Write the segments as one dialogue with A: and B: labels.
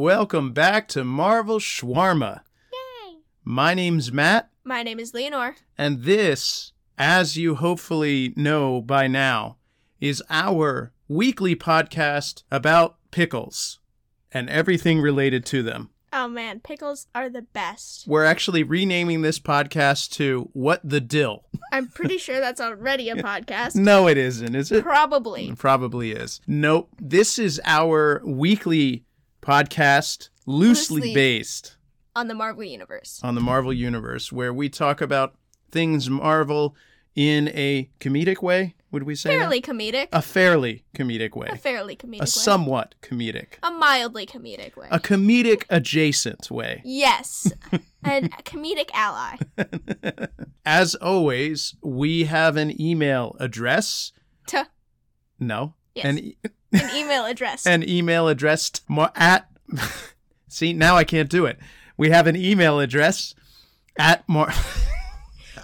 A: Welcome back to Marvel Schwarma.
B: Yay!
A: My name's Matt,
B: My name is Leonor.
A: and this, as you hopefully know by now, is our weekly podcast about pickles and everything related to them.
B: Oh man, pickles are the best.
A: We're actually renaming this podcast to What the Dill.
B: I'm pretty sure that's already a podcast.
A: No, it isn't, is it? Mm.
B: Probably.
A: Probably is. Nope. This is our weekly podcast, loosely,
B: Loosely.
A: based
B: On the Marvel Universe.
A: on the Marvel Universe, where we talk about things Marvel in a comedic way, would we say? that?
B: Fairly comedic.
A: A fairly comedic way.
B: A fairly comedic
A: a
B: way.
A: somewhat comedic.
B: A mildly comedic way.
A: A comedic adjacent way.
B: yes. An a comedic ally.
A: As always, we have an email address.
B: Tuh.
A: No.
B: Yes.
A: An,
B: An,
A: e-
B: email address.
A: an email address t- mar- at. See, now I can't do it. We have an email address at more.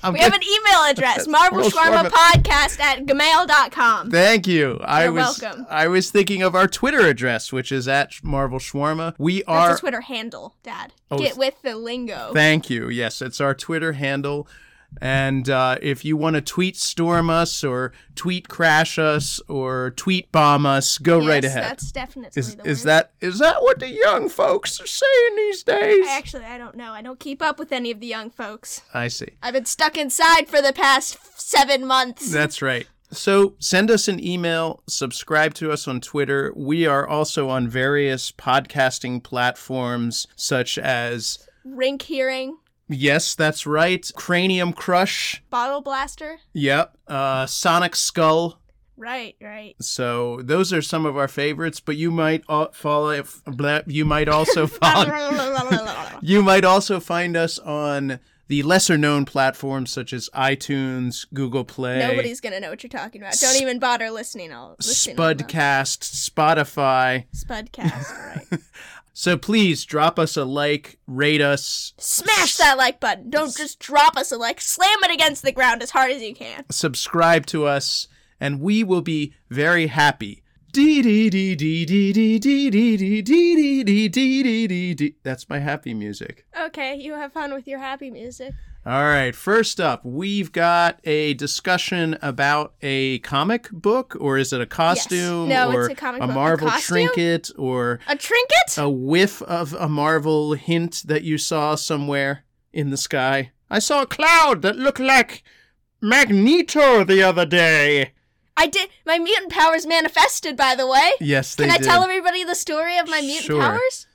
A: I'm
B: we have an email address. Marvel
A: Shawarma.
B: Shawarma Podcast at gmail.com.
A: Thank you. I
B: You're
A: was
B: welcome.
A: I was thinking of our Twitter address, which is at Marvel Shawarma. We
B: That's
A: are
B: a Twitter handle, Dad.
A: Oh,
B: Get with the lingo.
A: Thank you. Yes, it's our Twitter handle. And uh, if you want to tweet storm us or tweet crash us or tweet bomb us, go
B: yes,
A: right ahead.
B: That's definitely
A: Is,
B: the
A: is
B: word.
A: that is that what the young folks are saying these days?
B: I actually I don't know. I don't keep up with any of the young folks.
A: I see.
B: I've been stuck inside for the past f- seven months.
A: That's right. So send us an email, subscribe to us on Twitter. We are also on various podcasting platforms such as
B: Rink hearing,
A: Yes, that's right, Cranium Crush.
B: bottle blaster.
A: Yep. Uh, Sonic Skull.
B: Right, right.
A: So those are some of our favorites, but you might uh, follow. If, blah, you might also follow. you might also find us on the lesser known platforms such as iTunes, Google Play,
B: Nobody's gonna know what you're talking about. Don't even bother listening. All listening all that.
A: Spudcast, Spotify.
B: Spudcast. Right.
A: So please drop us a like, rate us,
B: Smash that like button. Don't just drop us a like. Slam it against the ground as hard as you can.
A: subscribe to us, and we will be very happy. Dee dee dee dee dee dee dee dee dee dee dee dee dee dee dee dee. That's my happy music.
B: Okay, you have fun with your happy music.
A: All right, first up, we've got a discussion about a comic book, or is it a costume,
B: No,
A: or
B: it's a comic book. A
A: Marvel
B: costume?
A: trinket, or
B: A trinket?
A: a whiff of a Marvel hint that you saw somewhere in the sky. I saw a cloud that looked like Magneto the other day.
B: I did. My mutant powers manifested, by the way.
A: Yes, they
B: Can I
A: did.
B: tell everybody the story of my mutant
A: Sure.
B: powers?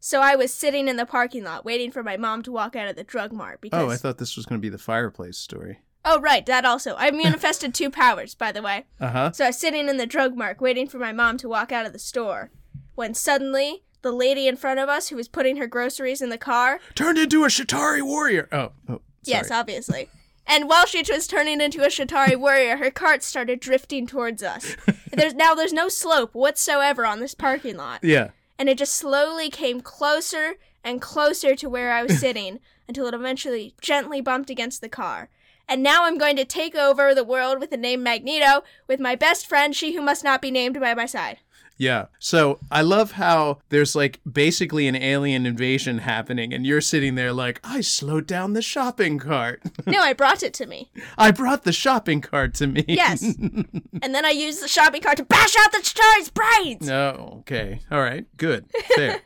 B: So I was sitting in the parking lot waiting for my mom to walk out of the drug mart because
A: Oh, I thought this was going to be the fireplace story.
B: Oh, right, that also. I manifested two powers, by the way.
A: Uh huh.
B: So I was sitting in the drug mart waiting for my mom to walk out of the store when suddenly the lady in front of us who was putting her groceries in the car,
A: Turned into a Shatari warrior. Oh, oh
B: yes,
A: sorry.
B: obviously. And while she was turning into a Shatari warrior, her cart started drifting towards us. There's now there's no slope whatsoever on this parking lot.
A: yeah.
B: and it just slowly came closer and closer to where I was sitting until it eventually gently bumped against the car. And now I'm going to take over the world with the name Magneto with my best friend, she who must not be named, by my side.
A: Yeah. So I love how there's like basically an alien invasion happening, and you're sitting there like, I slowed down the shopping cart.
B: No, I brought it to me.
A: I brought the shopping cart to me.
B: Yes. and then I used the shopping cart to bash out the star's brains.
A: Oh, okay. All right. Good. Fair.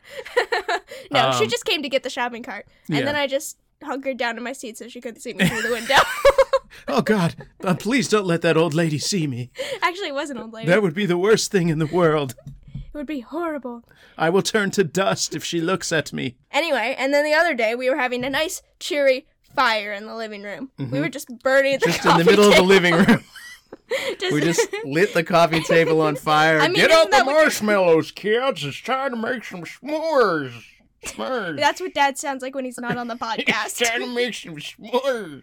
B: No, she
A: Um,
B: just came to get the shopping cart. And
A: yeah.
B: then I just hunkered down in my seat so she couldn't see me through the window.
A: oh, God. Uh, please don't let that old lady see me.
B: Actually, it was an old lady.
A: That would be the worst thing in the world.
B: it would be horrible.
A: I will turn to dust if she looks at me.
B: Anyway, and then the other day we were having a nice cheery fire in the living room. We were just burning the
A: Mm-hmm. Just in
B: coffee
A: the middle of the
B: table.
A: living room.
B: Just-
A: We just lit the coffee table on fire.
B: I mean,
A: Get
B: isn't
A: out the
B: that what-
A: marshmallows, kids. It's time to make some s'mores. S'mores.
B: That's what Dad sounds like when he's not on the podcast.
A: to make some s'mores.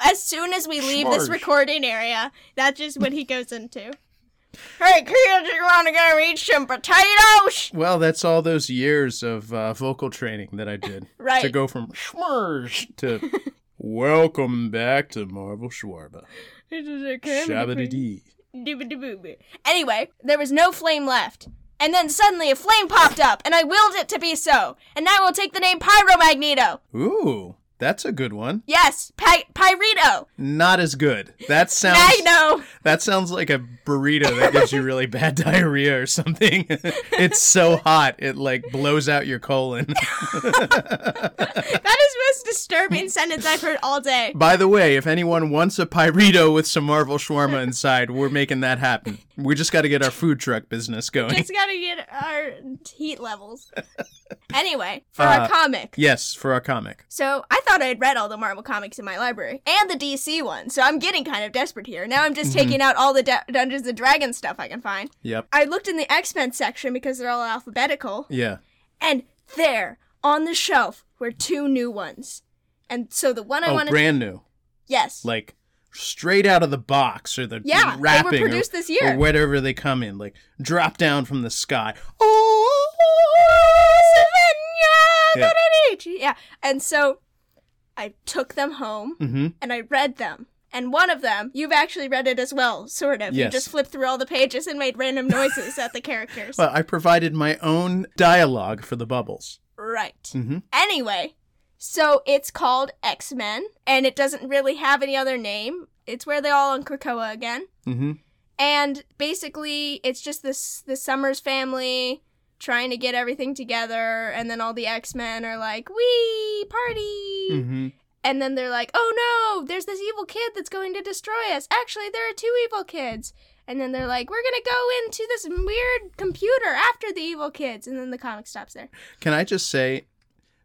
B: as soon as we leave this
A: S'mores.
B: recording area, that's just what he goes into. Hey kids, you want to go eat some potatoes?
A: Well, that's all those years of uh, vocal training that I did
B: Right.
A: to go from s'mores to welcome back to Marvel Schwarba.
B: This is a comedy.
A: Shabba dee.
B: Doobie-doobie. Anyway, there was no flame left, And then suddenly a flame popped up, and I willed it to be so. And now I will take the name Pyromagneto.
A: Ooh, that's a good one.
B: Yes, Py- Pyrito.
A: Not as good. That sounds
B: Magno.
A: that sounds like a burrito that gives you really bad diarrhea or something. it's so hot it like blows out your colon.
B: That is the most disturbing sentence I've heard all day.
A: By the way, if anyone wants a pyrito with some Marvel shawarma inside, we're making that happen. We just got to get our food truck business going.
B: Just gotta get our heat levels. Anyway, for
A: Uh,
B: our comic.
A: yes, for our comic.
B: So I thought I'd read all the Marvel comics in my library and the DC one. So I'm getting kind of desperate here. Now I'm just
A: Mm-hmm.
B: taking out all the D- Dungeons and Dragons stuff I can find.
A: Yep.
B: I looked in the X Men section because they're all alphabetical,
A: Yeah.
B: and there on the shelf were two new ones. And so the one I
A: oh,
B: wanted,
A: brand new.
B: yes,
A: Like straight out of the box or the
B: Yeah, they were
A: wrapping or-
B: produced this year.
A: or whatever they come in, like drop down from the sky.
B: Oh, Savannah,
A: Yeah.
B: da-da-dee. yeah. And so I took them home
A: Mhm.
B: and I read them. And one of them, you've actually read it as well, sort of.
A: Yes.
B: You just flipped through all the pages and made random noises at the characters.
A: Well, I provided my own dialogue for the bubbles.
B: right.
A: Mhm.
B: Anyway, so it's called X Men, and it doesn't really have any other name. It's where they all on Krakoa again.
A: Mhm.
B: and basically it's just this the summers family trying to get everything together and then all the x-men are like we party
A: Mhm.
B: and then they're like oh no there's this evil kid that's going to destroy us actually there are two evil kids and then they're like we're gonna go into this weird computer after the evil kids and then the comic stops there
A: Can I just say,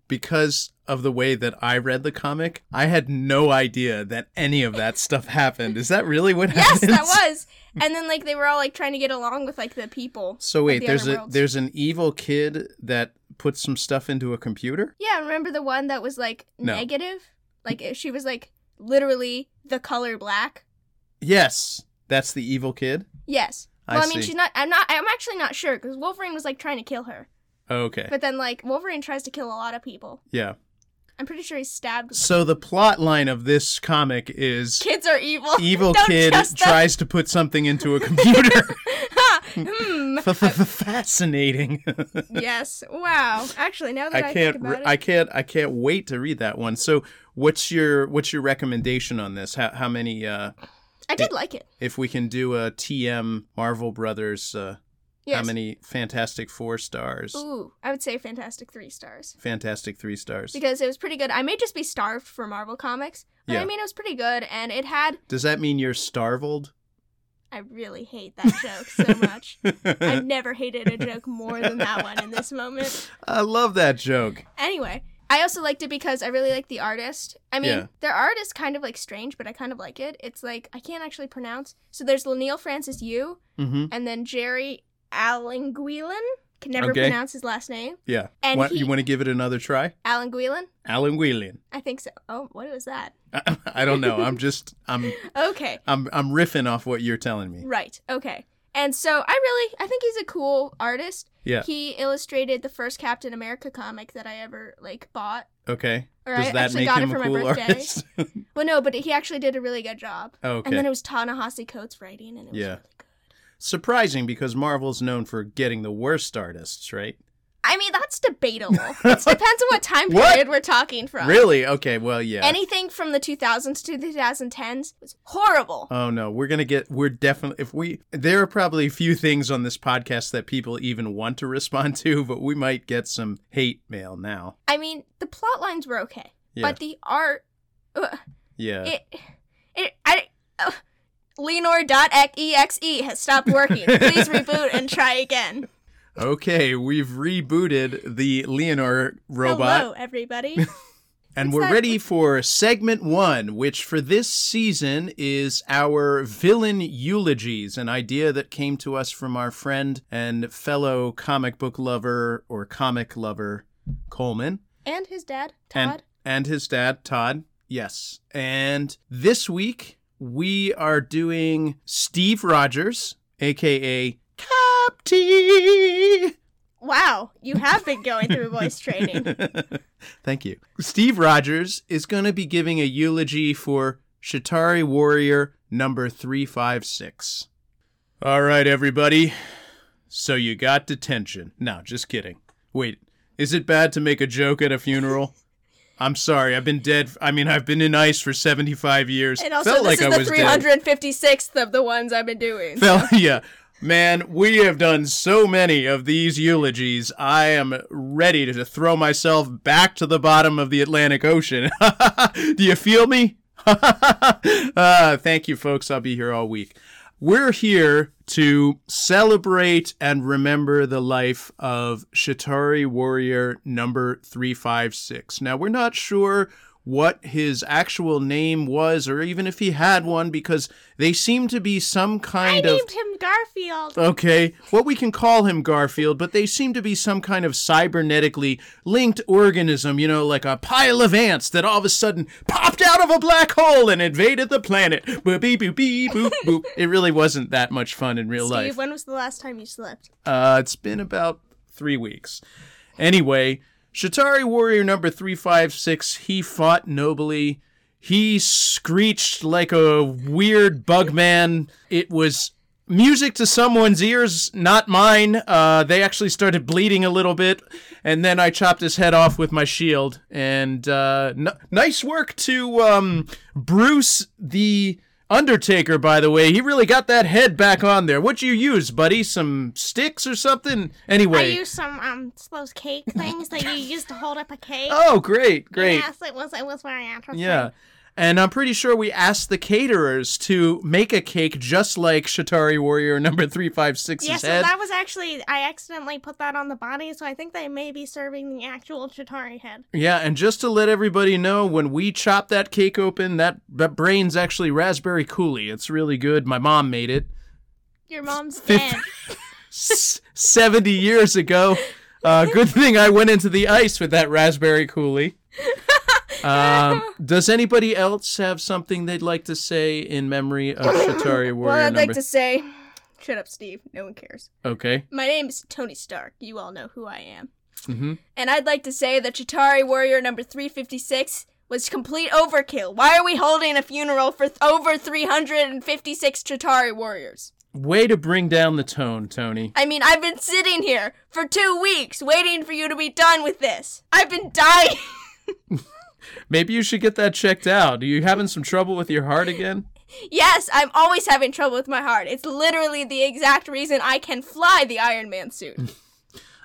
A: because of the way that I read the comic, I had no idea that any of that stuff happened. Is that really what
B: yes
A: happened?
B: that was and then like they were all like trying to get along with like the people
A: So wait,
B: the
A: there's
B: other
A: a
B: worlds.
A: there's an evil kid that puts some stuff into a computer.
B: Yeah, remember the one that was like
A: No.
B: negative? Like it- she was like literally the color black.
A: Yes, that's the evil kid.
B: Yes.
A: I
B: Well, I, mean,
A: see.
B: she's not. I'm not. I'm actually not sure because Wolverine was like trying to kill her,
A: Okay,
B: but then like Wolverine tries to kill a lot of people.
A: yeah.
B: I'm pretty sure he's stabbed.
A: So the plot line of this comic is
B: Kids are evil.
A: evil
B: Don't
A: kid
B: trust them.
A: tries to put something into a computer.
B: Ha! hmm.
A: Fascinating.
B: yes. Wow. Actually, now that I,
A: I
B: think
A: can't.
B: about
A: re-
B: it,
A: I can't. I can't wait to read that one. So, what's your what's your recommendation on this? How how many? Uh,
B: I did like it.
A: if we can do a TM Marvel Brothers, uh,
B: Yes.
A: how many Fantastic Four stars?
B: Ooh, I would say fantastic three stars
A: Fantastic three stars.
B: because it was pretty good. I may just be starved for Marvel comics, but
A: Yeah.
B: I mean it was pretty good, and it had
A: Does that mean you're starved?
B: I really hate that joke so much. I've never hated a joke more than that one in this moment.
A: I love that joke.
B: Anyway, I also liked it because I really like the artist. I mean,
A: Yeah.
B: their art is kind of like strange, but I kind of like it. It's like I can't actually pronounce. So there's Lanil Francis Yu
A: Mm-hmm.
B: and then Jerry Alanguilin. Can never
A: Okay.
B: pronounce his last name.
A: Yeah.
B: And
A: What-
B: he-
A: you want to give it another try?
B: Alanguilin?
A: Alan Whelan.
B: I think so. Oh, what was that?
A: I, I don't know. I'm just. I'm.
B: Okay.
A: I'm. I'm riffing off what you're telling me.
B: Right. Okay. And so I really I think he's a cool artist.
A: Yeah.
B: He illustrated the first Captain America comic that I ever like bought.
A: Okay.
B: Or
A: Does
B: I
A: that
B: actually
A: make
B: got
A: him
B: it
A: a
B: for my
A: cool
B: birthday.
A: artist?
B: Well, no, but he actually did a really good job.
A: okay.
B: And then it was Ta-Nehisi Coates writing, and it was
A: Yeah.
B: really good.
A: surprising because Marvel's known for getting the worst artists, right?
B: I mean, that's debatable. it depends on what time
A: What?
B: period we're talking from.
A: Really? Okay, well, yeah.
B: Anything from the 2000s to the 2010s was horrible.
A: oh no, we're going to get we're definitely if we there are probably a few things on this podcast that people even want to respond to, but we might get some hate mail now.
B: I mean, the plot lines were okay,
A: Yeah.
B: but the art, uh,
A: yeah.
B: it, it, I. Uh, Lenore.exe E has stopped working. Please reboot and try again.
A: okay, we've rebooted the Leonor robot
B: Hello, everybody.
A: and
B: What's
A: we're
B: that?
A: ready for segment 1, which for this season is our villain eulogies, an idea that came to us from our friend and fellow comic book lover or comic lover Coleman.
B: and his dad, Todd.
A: and and his dad Todd. Yes. And this week we are doing Steve Rogers, aka Cop T.
B: Wow, you have been going through voice training.
A: Thank you. Steve Rogers is going to be giving a eulogy for Shatari Warrior number 356. All right, everybody. So you got detention. No, just kidding. Wait, is it bad to make a joke at a funeral? I'm sorry. I've been dead. I mean, I've been in ice for 75 years.
C: And also, this is the 356th of the ones I've been doing.
A: Felt, yeah. Man, we have done so many of these eulogies. I am ready to throw myself back to the bottom of the Atlantic Ocean. Do you feel me? uh, thank you, folks. I'll be here all week. We're here to celebrate and remember the life of Shatari Warrior number 356. Now, we're not sure what his actual name was or even if he had one because they seem to be some kind
B: I
A: of
B: named him Garfield.
A: okay what we can call him garfield but they seem to be some kind of cybernetically linked organism you know like a pile of ants that all of a sudden popped out of a black hole and invaded the planet boop beep boop beep boop boop it really wasn't that much fun in real
C: Steve,
A: life
C: when was the last time you slept?
A: uh, it's been about three weeks. Anyway, Shatari Warrior number 356, he fought nobly. He screeched like a weird bug man. It was music to someone's ears, not mine. Uh, they actually started bleeding a little bit. And then I chopped his head off with my shield. And uh, n- nice work to um, Bruce the. Undertaker, by the way, he really got that head back on there. What'd you use, buddy? Some sticks or something?
B: I
A: Anyway.
B: used some um those cake things that you used to hold up a cake.
A: oh, great, great.
B: Yes, it was it was very interesting.
A: Yeah. And I'm pretty sure we asked the caterers to make a cake just like Shatari Warrior number 356's
B: Yes,
A: head.
B: so that was actually I accidentally put that on the body, so I think they may be serving the actual Chitari head.
A: Yeah, and just to let everybody know, when we chop that cake open, that, that brain's actually raspberry coulis. It's really good. My mom made it.
B: Your mom's
A: Fifth-
B: dead.
A: s- 70 years ago. Uh, good thing I went into the ice with that raspberry coolie. Um, does anybody else have something they'd like to say in memory of Shatari Warrior
C: well, I'd
A: number?
C: like to say, shut up, Steve. No one cares.
A: Okay.
C: My name is Tony Stark. You all know who I am.
A: hmm
C: And I'd like to say that Chitari Warrior number 356 was complete overkill. Why are we holding a funeral for th- over 356 Chitari Warriors?
A: Way to bring down the tone, Tony.
C: I mean, I've been sitting here for two weeks waiting for you to be done with this. I've been dying.
A: Maybe you should get that checked out. Are you having some trouble with your heart again?
C: yes, I'm always having trouble with my heart. It's literally the exact reason I can fly the Iron Man suit.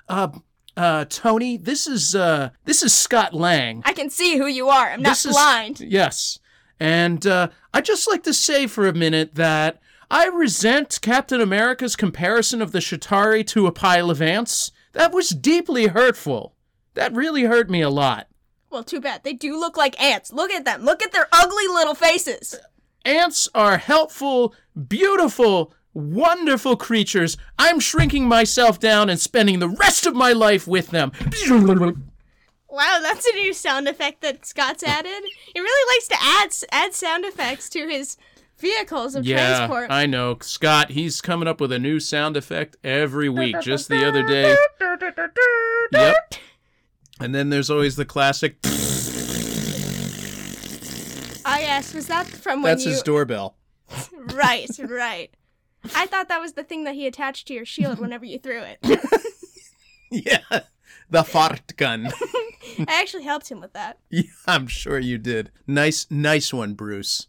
A: Uh, uh, Tony, this is uh, this is Scott Lang.
C: I can see who you are. I'm not
A: This is-
C: blind.
A: Yes. And uh, I'd just like to say for a minute that I resent Captain America's comparison of the Shatari to a pile of ants. That was deeply hurtful. That really hurt me a lot.
C: Well, too bad. They do look like ants. Look at them. Look at their ugly little faces.
A: Ants are helpful, beautiful, wonderful creatures. I'm shrinking myself down and spending the rest of my life with them.
B: Wow, that's a new sound effect that Scott's added. He really likes to add s- add sound effects to his vehicles of
A: Yeah,
B: transport.
A: I know. Scott, he's coming up with a new sound effect every week. Just the other day. Yep. And then there's always the classic.
C: Ah, yes. Was that from when
A: That's
C: you?
A: his doorbell.
C: right, right. I thought that was the thing that he attached to your shield whenever you threw it.
A: Yeah. The fart gun.
C: I actually helped him with that.
A: yeah, I'm sure you did. Nice, nice one, Bruce.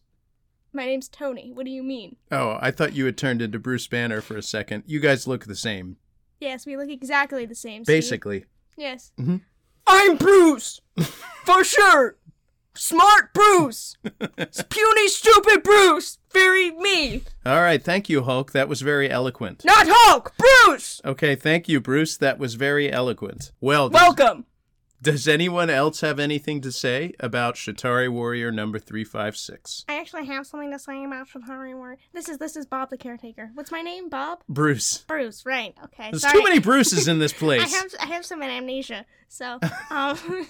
C: My name's Tony. What do you mean?
A: Oh, I thought you had turned into Bruce Banner for a second. You guys look the same,
C: Yes, we look exactly the same. Steve.
A: basically.
C: Yes.
A: Mhm.
C: I'm Bruce, for sure. Smart Bruce, puny, stupid Bruce. Very me,
A: All right, thank you, Hulk. That was very eloquent.
C: not Hulk. Bruce,
A: Okay, thank you, Bruce. That was very eloquent. Well, does-
C: welcome.
A: does anyone else have anything to say about Shatari Warrior number 356?
B: I actually have something to say about Chitari War. This is this is Bob the caretaker. What's my name? Bob
A: Bruce.
B: Bruce. Right. Okay.
A: There's
B: sorry.
A: too many Bruces in this
B: I
A: place.
B: have I have some amnesia. So um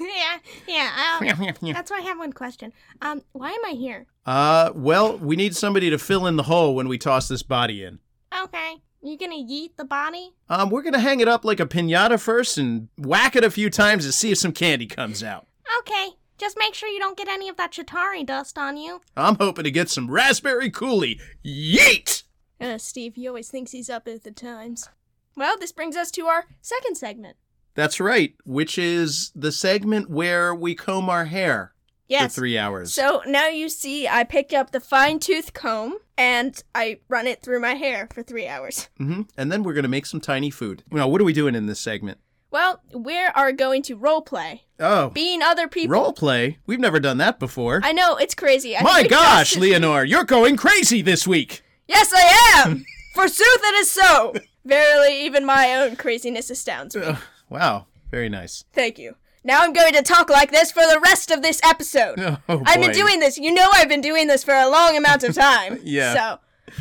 B: yeah yeah. I- That's why I have one question. Um, why am I here?
A: Uh, well, we need somebody to fill in the hole when we toss this body in.
B: Okay, you gonna yeet the body?
A: Um, we're gonna hang it up like a pinata first and whack it a few times to see if some candy comes out.
B: Okay, just make sure you don't get any of that Chitari dust on you.
A: I'm hoping to get some raspberry coolie. Yeet!
C: Uh, Steve, he always thinks he's up at the times.
B: Well, this brings us to our second segment.
A: That's right, which is the segment where we comb our hair
B: Yes.
A: for three hours.
B: So now you see, I picked up the fine tooth comb and I run it through my hair for three hours.
A: hmm And then we're going to make some tiny food. Now, what are we doing in this segment?
B: Well, we are going to role play,
A: Oh,
B: being other people.
A: role play? We've never done that before.
B: I know it's crazy. I
A: My
B: think we
A: gosh,
B: just-
A: Leonore, you're going crazy this week.
B: Yes, I am. Forsooth, it is so. Verily, even my own craziness astounds me.
A: Ugh, wow, very nice.
B: Thank you. Now I'm going to talk like this for the rest of this episode.
A: Oh,
B: I've been
A: boy.
B: doing this. You know I've been doing this for a long amount of time.
A: Yeah.
B: So,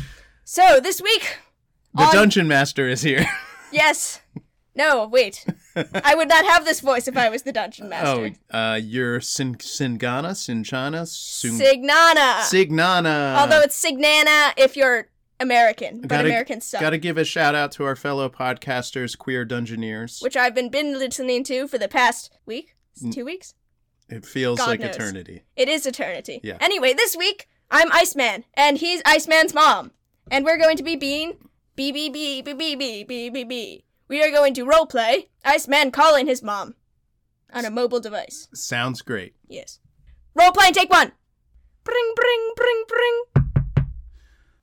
B: so this week,
A: The
B: on-
A: dungeon master is here.
B: yes. No, wait. I would not have this voice if I was the dungeon
A: oh,
B: master.
A: uh, you're Sin- Singana, Sinchana, Sung-
B: Signana.
A: Signana.
B: Although it's Signana if you're American, but
A: Gotta-
B: Americans suck.
A: Gotta give a shout out to our fellow podcasters, queer dungeoneers.
B: which I've been been listening to for the past week,
A: Mm.
B: two weeks.
A: it feels
B: God
A: like
B: knows.
A: eternity.
B: It is eternity.
A: Yeah.
B: Anyway, this week I'm Iceman, and he's Iceman's mom, and we're going to be being b b b b b b b b b. We are going to roleplay Iceman calling his mom on a mobile device.
A: Sounds great.
B: Yes. Roleplay and take one. Bring, bring, bring, bring.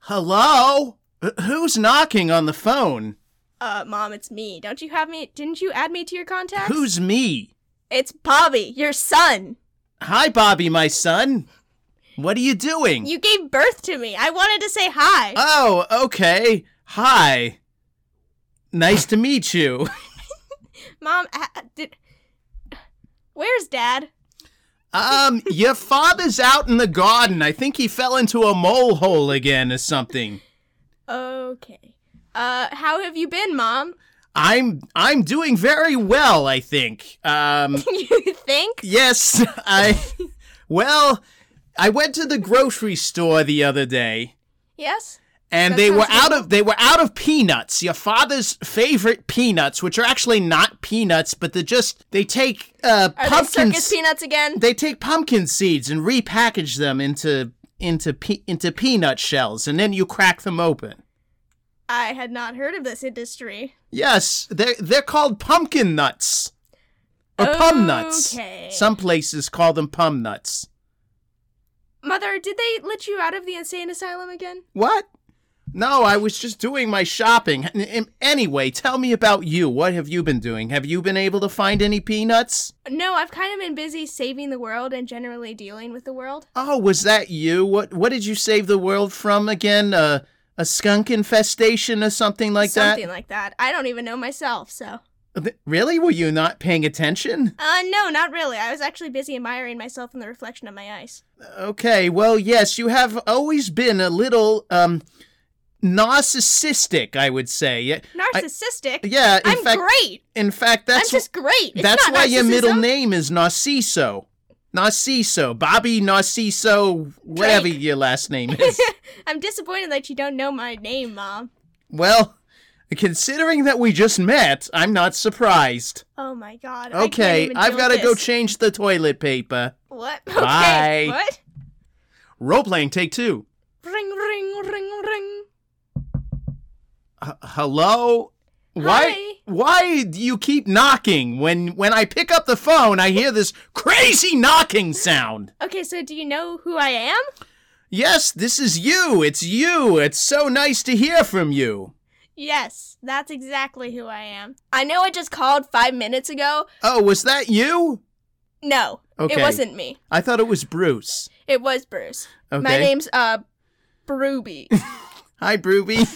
A: Hello? Wh- Who's knocking on the phone?
B: Uh, mom, it's me. Don't you have me? Didn't you add me to your contacts?
A: Who's me?
B: It's Bobby, your son.
A: Hi, Bobby, my son. What are you doing?
C: You gave birth to me. I wanted to say hi.
A: Oh, okay. Hi. Nice to meet you.
C: Mom,
B: uh,
C: ha- did, where's Dad?
A: Um, your father's out in the garden. I think he fell into a mole hole again or something.
B: Okay.
C: Uh, how have you been, Mom?
A: I'm I'm doing very well, I think. Um,
C: you think?
A: yes, I well, I went to the grocery store the other day.
C: Yes.
A: and
C: That
A: they were
C: sounds
A: out of they were out of peanuts your father's favorite peanuts which are actually not peanuts but they're just they take uh
B: Are
A: pumpkin
B: they circus
A: se-
B: peanuts again?
A: they take pumpkin seeds and repackage them into into pe- into peanut shells and then you crack them open
C: I had not heard of this industry.
A: yes they're they're called pumpkin nuts or pum nuts
B: Okay.
A: some places call them pum nuts
C: Mother, did they let you out of the insane asylum again?
A: what no, I was just doing my shopping. N- n- Anyway, tell me about you. What have you been doing? Have you been able to find any peanuts?
C: No, I've kind of been busy saving the world and generally dealing with the world.
A: Oh, was that you? What what did you save the world from again? Uh, a skunk infestation or something like
C: Something like that. I don't even know myself, so.
A: that? Th- Really? Were you not paying attention?
C: Uh, no, not really. I was actually busy admiring myself in the reflection of my ice.
A: Okay, well, yes, you have always been a little um narcissistic, I would say. Yeah,
C: Narcissistic?
A: yeah in
C: I'm
A: fact
C: great.
A: in fact that's
C: I'm just great. It's
A: that's
C: not
A: why your
C: narcissism.
A: middle name is Narciso. Narciso, Bobby Narciso, whatever
C: Drake.
A: your last name is.
C: I'm disappointed that you don't know my name, Mom.
A: well, considering that we just met, I'm not surprised.
C: Oh my god. I can't
A: Okay,
C: even
A: I've
C: deal
A: got to
C: with
A: go
C: this.
A: change the toilet paper.
C: what?
A: Bye.
C: Okay. What?
A: Role playing take two.
C: Ring, ring, ring, ring.
A: H- hello. Why?
C: Hi.
A: Why do you keep knocking? When when I pick up the phone, I hear this crazy knocking sound.
C: Okay, so do you know who I am?
A: Yes, this is you. It's you. It's so nice to hear from you.
C: Yes, that's exactly who I am.
B: I know I just called five minutes ago.
A: Oh, was that you?
B: No,
A: Okay.
B: it wasn't me.
A: I thought it was Bruce.
B: It was Bruce.
A: Okay.
B: My name's uh, Bruby.
A: Hi, Bruby.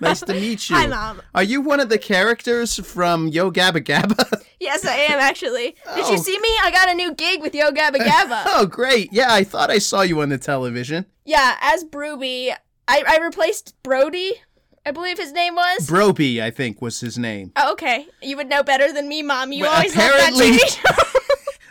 A: nice to meet you.
C: Hi, Mom.
A: Are you one of the characters from Yo Gabba Gabba?
B: yes, I am actually. Did
A: Oh.
B: you see me? I got a new gig with Yo Gabba Gabba.
A: oh, great. Yeah, I thought I saw you on the television.
B: yeah, as Bruby, I I replaced Brody. I believe his name was.
A: Broby, I think, was his name.
B: oh, okay, you would know better than me, Mom. You
A: Well,
B: always
A: apparently-
B: love that TV show.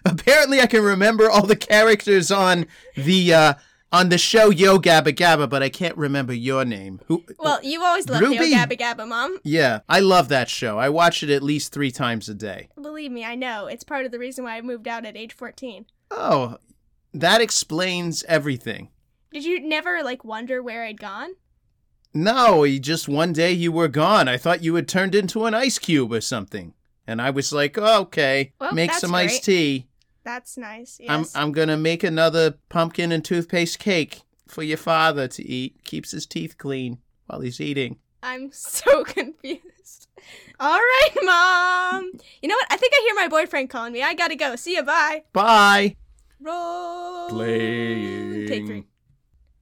A: Apparently, I can remember all the characters on the uh, on the show Yo Gabba Gabba, but I can't remember your name. Who?
C: Well, you always loved
A: Ruby.
C: Yo Gabba Gabba, Mom.
A: Yeah, I love that show. I watch it at least three times a day.
C: Believe me, I know. It's part of the reason why I moved out at age 14.
A: Oh, that explains everything.
C: Did you never, like, wonder where I'd gone?
A: No, he just one day you were gone. I thought you had turned into an ice cube or something. And I was like, oh, okay,
B: Well,
A: make
C: that's
A: some iced
C: great.
A: tea.
C: That's nice. Yes.
A: I'm I'm gonna make another pumpkin and toothpaste cake for your father to eat. Keeps his teeth clean while he's eating.
B: I'm so confused.
C: All right, mom. You know what? I think I hear my boyfriend calling me. I gotta go. See you. Bye.
A: Bye.
C: Roll.
A: Playing.
C: Take three.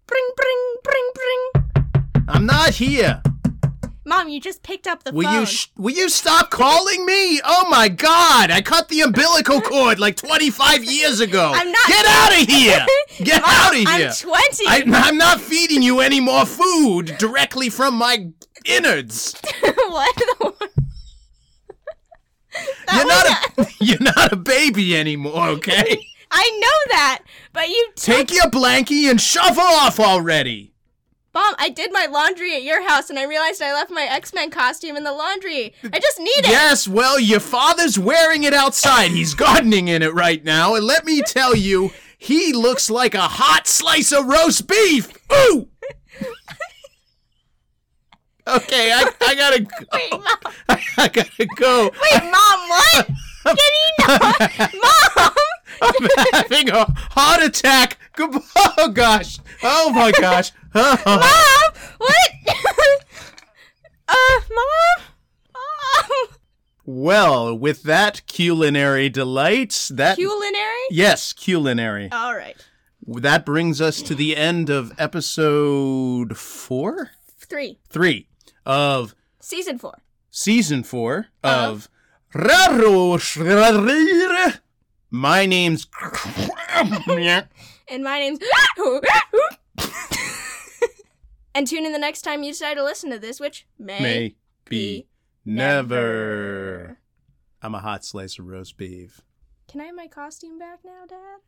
C: Bring, bring, bring, bring.
A: I'm not here.
C: Mom, you just picked up the
A: Will
C: phone.
A: you sh- will you stop calling me? Oh my god, I cut the umbilical cord like 25 years ago.
C: I'm not-
A: Get out of here. Get out of
C: I'm
A: here.
C: 20.
A: I, I'm not feeding you any more food directly from my innards.
C: what? in the world? That
A: You're not
C: was
A: a you're not a baby anymore, okay?
C: I know that, but you t-
A: Take your blankie and shove off already.
C: Mom, I did my laundry at your house and I realized I left my X-Men costume in the laundry. I just need it.
A: Yes, well, your father's wearing it outside. He's gardening in it right now. And let me tell you, he looks like a hot slice of roast beef. Ooh! Okay, I, I gotta go. I gotta go.
C: Wait, Mom, what? Did he not? Mom!
A: I'm having a heart attack. Goodbye. Oh, gosh. Oh, my gosh. Oh,
C: Mom! What? uh, Mom? Mom?
A: well, with that culinary delight, that.
C: Culinary?
A: yes, culinary.
C: All right.
A: That brings us to the end of episode four,
C: Three.
A: three of
C: Season four.
A: season four of Raro Shririre. My name's.
C: And my name's. and tune in the next time you decide to listen to this, which may.
A: May be never. I'm a hot slice of roast beef.
C: Can I have my costume back now, Dad?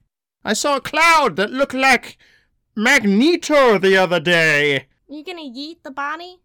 A: I saw a cloud that looked like Magneto the other day.
C: You gonna yeet the Bonnie?